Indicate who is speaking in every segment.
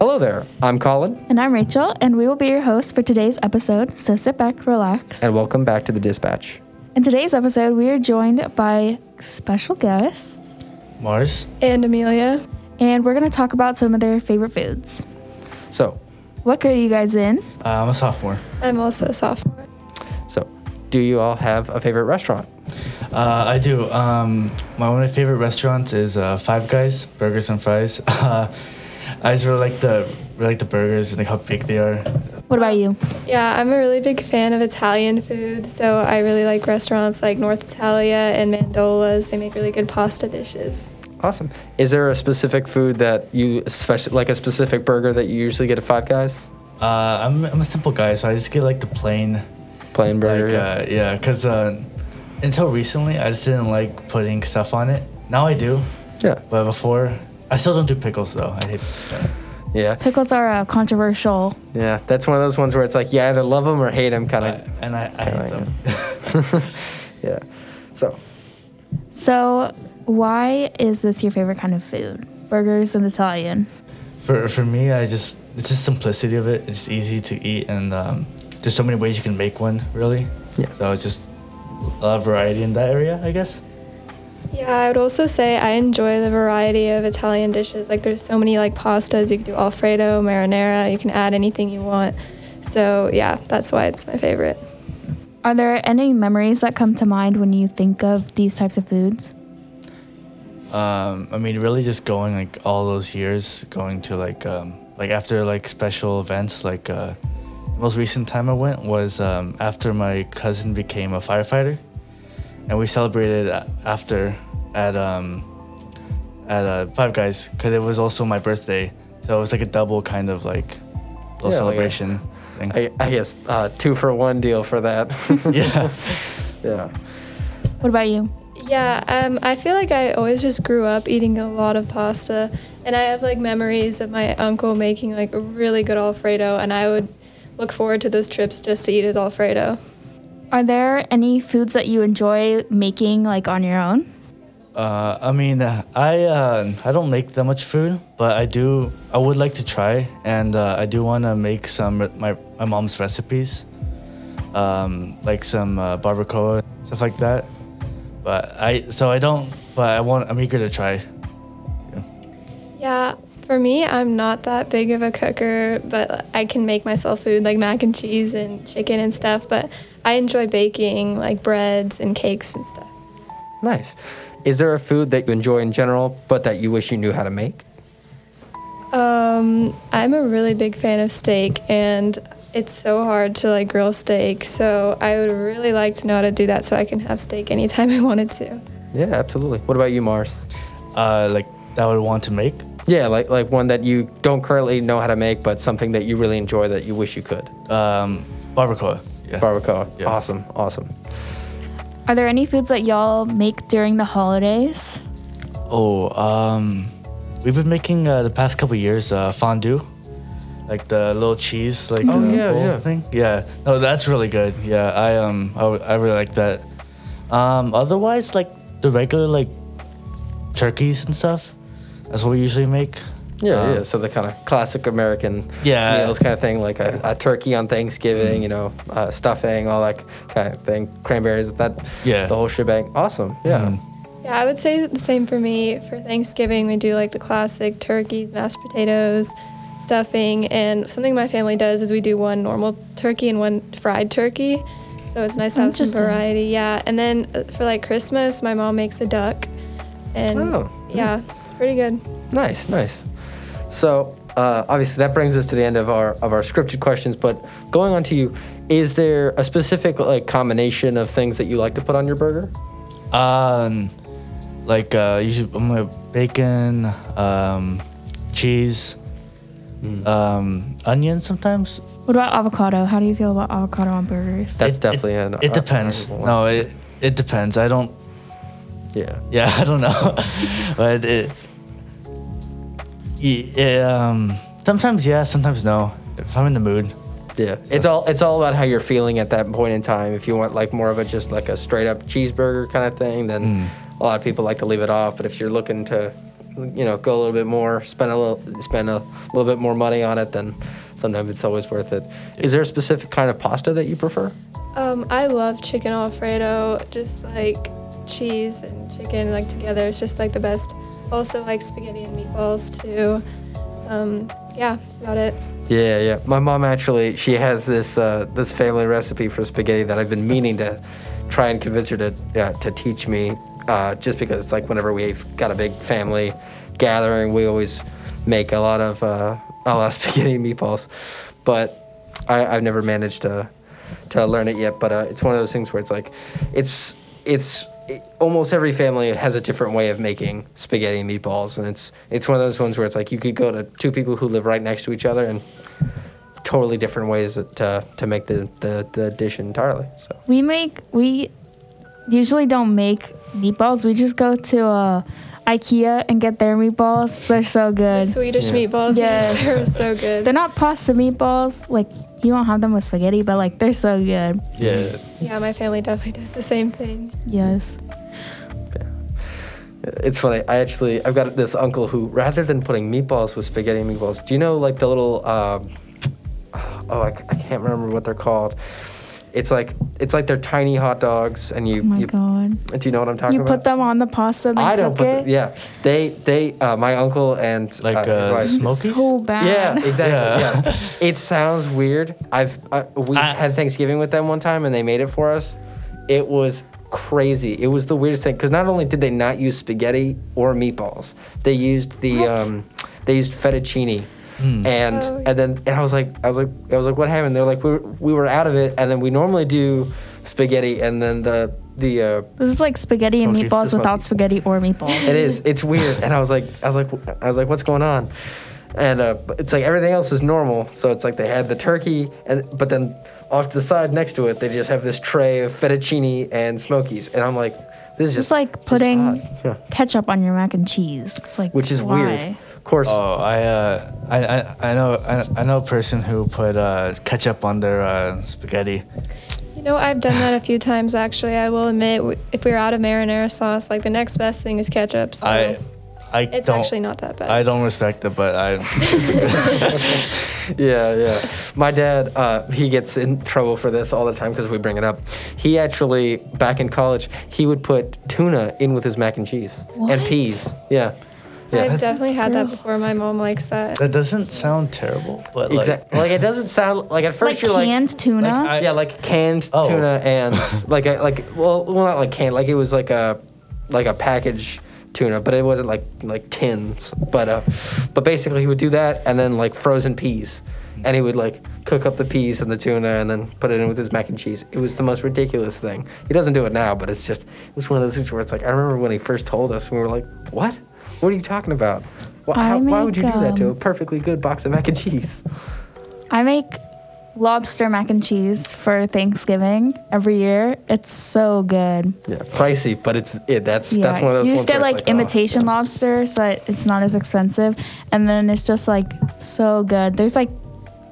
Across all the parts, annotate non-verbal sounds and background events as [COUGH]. Speaker 1: Hello there. I'm Colin,
Speaker 2: And I'm Rachel, and we will be your hosts for today's episode. So sit back, relax.
Speaker 1: and welcome back to the Dispatch.
Speaker 2: In today's episode, we are joined by special guests,
Speaker 3: Mars.
Speaker 4: And Amelia.
Speaker 2: and we're going to talk about some of their favorite foods.
Speaker 1: So,
Speaker 2: What grade are you guys in?
Speaker 3: Uh, I'm a sophomore.
Speaker 4: I'm also a sophomore.
Speaker 1: so, do you all have a favorite restaurant?
Speaker 3: Uh, I do. Um, my one of my favorite restaurants is uh, Five Guys Burgers and Fries. [LAUGHS] Uh, I just really like the really like the burgers and like how big they are.
Speaker 2: What about you?
Speaker 4: Yeah, I'm a really big fan of Italian food, so I really like restaurants like North Italia and Mandola's. They make really good pasta dishes.
Speaker 1: Awesome. Is there a specific food that you especially like a specific burger that you usually get at Five Guys?
Speaker 3: Uh, I'm I'm a simple guy, so I just get like the plain.
Speaker 1: Plain burger.
Speaker 3: Like, uh, yeah, because uh, until recently, I just didn't like putting stuff on it. Now I do,
Speaker 1: yeah.
Speaker 3: but before, I still don't do pickles though. I hate.
Speaker 1: Yeah.
Speaker 2: Pickles are uh, controversial.
Speaker 1: Yeah. That's one of those ones where it's like, you either love them or hate them, kind
Speaker 3: I,
Speaker 1: of.
Speaker 3: and I, I
Speaker 1: Kinda
Speaker 3: hate them. [LAUGHS]
Speaker 1: [LAUGHS] yeah. So,
Speaker 2: So, why is this your favorite kind of food? Burgers and Italian.
Speaker 3: For for me, I just it's just simplicity of it. It's easy to eat, and um, there's so many ways you can make one, really.
Speaker 1: Yeah.
Speaker 3: So it's just a lot of variety in that area, I guess.
Speaker 4: Yeah, I would also say I enjoy the variety of Italian dishes. Like there's so many like pastas. You can do Alfredo, marinara, you can add anything you want. So yeah, that's why it's my favorite.
Speaker 2: Are there any memories that come to mind when you think of these types of foods?
Speaker 3: Um, I mean, really, just going like all those years, going to like um, like after like special events. Like uh, the most recent time I went was um, after my cousin became a firefighter, and we celebrated a- after at um, at uh, Five Guys because it was also my birthday, so it was like a double kind of like
Speaker 1: Yeah,
Speaker 3: little
Speaker 1: like a-
Speaker 3: celebration
Speaker 1: I,
Speaker 3: thing.
Speaker 1: I guess uh, two for one deal for that.
Speaker 3: [LAUGHS] yeah,
Speaker 1: [LAUGHS] yeah.
Speaker 2: What about you?
Speaker 4: Yeah, um, I feel like I always just grew up eating a lot of pasta, and I have like memories of my uncle making like a really good Alfredo, and I would look forward to those trips just to eat his Alfredo.
Speaker 2: Are there any foods that you enjoy making like on your own?
Speaker 3: uh, I mean, I uh, I don't make that much food, but I do. I would like to try, and uh, I do want to make some re- my my mom's recipes, um, like some uh, barbacoa stuff like that. But I so I don't. But I want. I'm eager to try.
Speaker 4: Yeah, for me, I'm not that big of a cooker, but I can make myself food like mac and cheese and chicken and stuff. But I enjoy baking like breads and cakes and stuff.
Speaker 1: Nice. Is there a food that you enjoy in general, but that you wish you knew how to make?
Speaker 4: Um, I'm a really big fan of steak, and it's so hard to like grill steak. So I would really like to know how to do that, so I can have steak anytime [LAUGHS] I wanted to.
Speaker 1: Yeah, absolutely. What about you, Mars?
Speaker 3: Uh, like that I would want to make.
Speaker 1: Yeah, like like one that you don't currently know how to make, but something that you really enjoy that you wish you could.
Speaker 3: Um, barbacoa. Yeah.
Speaker 1: Barbacoa.
Speaker 3: Yeah.
Speaker 1: Awesome, awesome.
Speaker 2: Are there any foods that y'all make during the holidays?
Speaker 3: Oh, um, we've been making uh, the past couple years uh, fondue, like the little cheese, like
Speaker 1: Oh,
Speaker 3: uh,
Speaker 1: yeah,
Speaker 3: bowl
Speaker 1: yeah.
Speaker 3: thing. Yeah, no, that's really good. Yeah, I um, I, w- I really like that. Um, otherwise, like the regular like turkeys and stuff, that's what we usually make.
Speaker 1: Yeah,
Speaker 3: Um,
Speaker 1: yeah. So the kind of classic American
Speaker 3: Yeah. Mm.
Speaker 1: meals kind of thing, like a, a turkey on Thanksgiving, you know, uh, stuffing, all that kind of thing, cranberries, that,
Speaker 3: Yeah.
Speaker 1: the whole shebang. Awesome. Yeah.
Speaker 3: Mm.
Speaker 4: Yeah, I would say the same for me. For Thanksgiving, we do like the classic turkeys, mashed potatoes, stuffing, and something my family does is we do one normal turkey and one fried turkey. So it's nice to have some
Speaker 2: Interesting.
Speaker 4: variety. Yeah, and then uh, for like Christmas, my mom makes a duck, and
Speaker 1: Oh,
Speaker 4: yeah, it's pretty good.
Speaker 1: Nice, nice. So uh, obviously that brings us to the end of our of our scripted questions. But going on to you, is there a specific like combination of things that you like to put on your burger?
Speaker 3: Um, like uh, usually I'm gonna bacon, um, cheese,
Speaker 1: Hmm.
Speaker 3: um, onion sometimes.
Speaker 2: What about avocado? How do you feel about avocado on burgers?
Speaker 1: That's definitely
Speaker 3: it,
Speaker 1: an.
Speaker 3: It depends.
Speaker 1: arguable one.
Speaker 3: No, it it depends. I don't.
Speaker 1: Yeah.
Speaker 3: Yeah, [LAUGHS] I don't know. but it, y- it, um, sometimes yeah, sometimes no. If I'm in the mood.
Speaker 1: Yeah. It's all it's all about how you're feeling at that point in time. If you want like more of a just like a straight up cheeseburger kind of thing, then a lot of people like to leave it off. But if you're looking to you know go a little bit more, spend a little spend a little bit more money on it, then sometimes it's always worth it. Is there a specific kind of pasta that you prefer?
Speaker 4: Um, I love chicken alfredo, just like cheese and chicken like together. It's just like the best. Also like spaghetti and meatballs too. Um, yeah, that's about it.
Speaker 1: Yeah, yeah. My mom actually she has this uh, this family recipe for spaghetti that I've been meaning to try and convince her to uh, to teach me. Uh, just because it's like whenever we've got a big family gathering, we always make a lot of uh, a lot of [LAUGHS] spaghetti and meatballs. But I, I've never managed to to learn it yet. But uh, it's one of those things where it's like it's it's it, almost every family has a different way of making spaghetti and meatballs, and it's it's one of those ones where it's like you could go to two people who live right next to each other and totally different ways to to make the the, the dish entirely. So
Speaker 2: We make we usually don't make meatballs. We just go to uh, IKEA and get their meatballs. They're so
Speaker 4: The
Speaker 2: good.
Speaker 4: Swedish
Speaker 1: Yeah.
Speaker 4: meatballs,
Speaker 2: Yes.
Speaker 4: [LAUGHS] they're so good.
Speaker 2: They're not pasta meatballs. Like you don't have them with spaghetti, but like they're so good.
Speaker 3: Yeah.
Speaker 4: yeah, my family definitely does the same thing.
Speaker 2: Yes.
Speaker 1: it's funny. I actually I've got this uncle who rather than putting meatballs with spaghetti and meatballs, do you know like the little um, oh I, c- I can't remember what they're called. It's like it's like they're tiny hot dogs, and you
Speaker 2: Oh my
Speaker 1: you,
Speaker 2: god.
Speaker 1: do you know what I'm talking
Speaker 2: You
Speaker 1: about?
Speaker 2: put them on the pasta and then
Speaker 1: I
Speaker 2: cook
Speaker 1: don't put
Speaker 2: it.
Speaker 1: the, yeah. They they uh, my uncle and
Speaker 3: Like
Speaker 1: his
Speaker 3: uh,
Speaker 1: wife-
Speaker 3: Smokies.
Speaker 2: So bad.
Speaker 1: Yeah,
Speaker 2: [LAUGHS]
Speaker 3: Yeah.
Speaker 1: exactly. Yeah. it sounds weird. I've uh, we
Speaker 3: I-
Speaker 1: had Thanksgiving with them one time and they made it for us. It was crazy. It was the weirdest thing because not only did they not use spaghetti or meatballs, they used the
Speaker 2: What?
Speaker 1: um, they used fettuccine. And
Speaker 4: Oh,
Speaker 1: and then and I was like I was like I was like what happened? They're like we were, we were out of it and then we normally do spaghetti and then the the uh,
Speaker 2: This is like spaghetti and
Speaker 3: Smoky.
Speaker 2: meatballs
Speaker 1: Smoky.
Speaker 2: without spaghetti or meatballs.
Speaker 1: it is. It's weird. And I was like, I was like, I was like, what's going on? And uh, but it's like everything else is normal. So it's like they had the turkey, and but then off to the side next to it, they just have this tray of fettuccine and smokies. And I'm like, this is just
Speaker 2: It's like putting
Speaker 1: odd. Yeah.
Speaker 2: ketchup on your mac and cheese. It's like
Speaker 1: which is weird.
Speaker 2: why?
Speaker 1: Of course,
Speaker 3: Oh, I, uh, I, I, I know, I, I know a person who put uh, ketchup on their uh, spaghetti.
Speaker 4: You know, I've done that a few times actually. I will admit, w- if we were out of marinara sauce, like the next best thing is ketchup. So
Speaker 3: I, I
Speaker 4: it's
Speaker 3: don't,
Speaker 4: actually not that bad.
Speaker 3: I don't respect it, but
Speaker 4: [LAUGHS]
Speaker 1: [LAUGHS]
Speaker 3: I,
Speaker 1: [LAUGHS] yeah, yeah. My dad, uh, he gets in trouble for this all the time because we bring it up. He actually, back in college, he would put tuna in with his mac and cheese and
Speaker 2: What?
Speaker 1: peas. Yeah, yeah.
Speaker 4: I've definitely had that
Speaker 2: gross.
Speaker 4: before. My mom likes that.
Speaker 3: that doesn't sound terrible. But like,
Speaker 1: Exactly. Like it doesn't sound like at first
Speaker 2: Like
Speaker 1: you're like
Speaker 2: canned tuna.
Speaker 3: Like, I-
Speaker 1: yeah, like canned
Speaker 3: Oh.
Speaker 1: tuna
Speaker 3: [LAUGHS]
Speaker 1: and like a, like well, well, not like canned, like it was like a like a package tuna, but it wasn't like like tins. But uh, but basically he would do that and then like frozen peas, and he would like cook up the peas and the tuna and then put it in with his mac and cheese. It was the most ridiculous thing. He doesn't do it now, but it's just it was one of those things where it's like I remember when he first told us, we were like, what? What are you talking about? Why,
Speaker 2: I
Speaker 1: how, why would you
Speaker 2: make,
Speaker 1: do that to a
Speaker 2: um,
Speaker 1: perfectly good box of mac and cheese?
Speaker 2: I make lobster mac and cheese for Thanksgiving every year. It's so good.
Speaker 1: Yeah, pricey, but it's it. That's
Speaker 2: Yeah,
Speaker 1: that's one of those.
Speaker 2: you
Speaker 1: ones
Speaker 2: just get
Speaker 1: where it's
Speaker 2: like, imitation
Speaker 1: oh.
Speaker 2: lobster, so that it's not as expensive, and then it's just like so good. There's like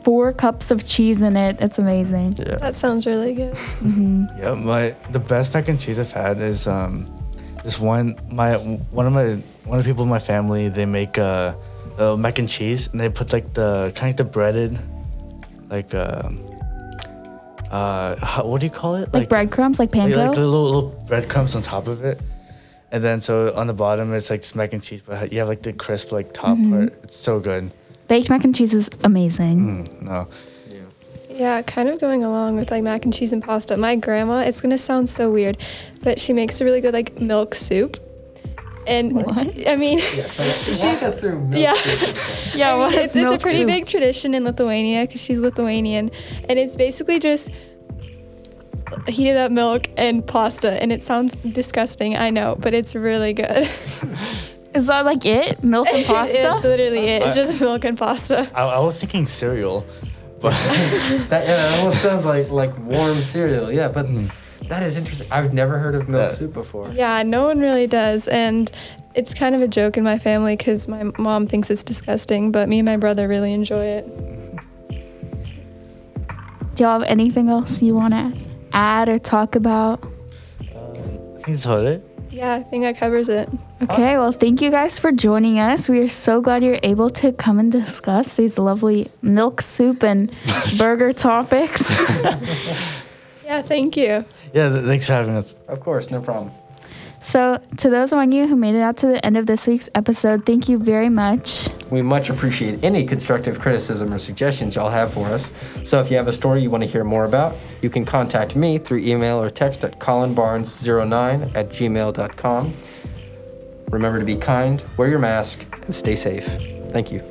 Speaker 2: four cups of cheese in it. It's amazing. Mm-hmm.
Speaker 1: Yeah.
Speaker 4: That sounds really good.
Speaker 3: Yeah, my the best mac and cheese I've had is um, this one my one of my one of the people in my family they make uh, uh mac and cheese and they put like the kind of the breaded like um uh ho- what do you call it
Speaker 2: Like, breadcrumbs,
Speaker 1: oh,
Speaker 2: like
Speaker 3: like,
Speaker 2: panko.
Speaker 3: like little little breadcrumbs on top of it and then so on the bottom it's like mac and cheese but you have like the crisp like top part it's so good
Speaker 2: Baked mac and cheese is amazing.
Speaker 3: Mm, no [LAUGHS]
Speaker 4: Yeah, kind of going along with like mac and cheese and pasta. My grandma, it's gonna sound so weird, but she makes a really good like milk soup. And I mean, [LAUGHS]
Speaker 1: Walk us through.
Speaker 4: yeah. [LAUGHS]
Speaker 2: Yeah,
Speaker 4: I mean,
Speaker 2: what
Speaker 4: it's,
Speaker 2: is
Speaker 4: it's a
Speaker 2: milk
Speaker 4: pretty
Speaker 2: soup?
Speaker 4: big tradition in Lithuania because she's Lithuanian, and it's basically just heated up milk and pasta, and it sounds disgusting, I know, but it's really good.
Speaker 1: Mm.
Speaker 2: Is that like it? Milk and pasta.
Speaker 4: [LAUGHS] it's literally it. It's just milk and pasta.
Speaker 3: I, I was thinking cereal
Speaker 1: [LAUGHS] [LAUGHS]
Speaker 3: but
Speaker 1: That, yeah, that almost sounds like like warm cereal. Yeah, but that is interesting. I've never heard of milk
Speaker 3: That-
Speaker 1: soup before.
Speaker 4: Yeah, no one really does. And it's kind of a joke in my family because my mom thinks it's disgusting, but me and my brother really enjoy it.
Speaker 2: Do y'all have anything else you wanna add or talk about?
Speaker 1: Um,
Speaker 3: I think that's about it [LAUGHS]
Speaker 4: Yeah, I think that covers it.
Speaker 2: Okay, well, thank you guys for joining us. We are so glad you're able to come and discuss these lovely milk soup and burger topics.
Speaker 4: Yeah, thank you.
Speaker 3: Yeah, th- thanks for having us.
Speaker 1: Of course, no problem.
Speaker 2: So, to those among you who made it out to the end of this week's episode, thank you very much.
Speaker 1: We much appreciate any constructive criticism or suggestions y'all have for us. So if you have a story you want to hear more about, you can contact me through email or text at colinbarnes09 at gmail.com. Remember to be kind, wear your mask, and stay safe. Thank you.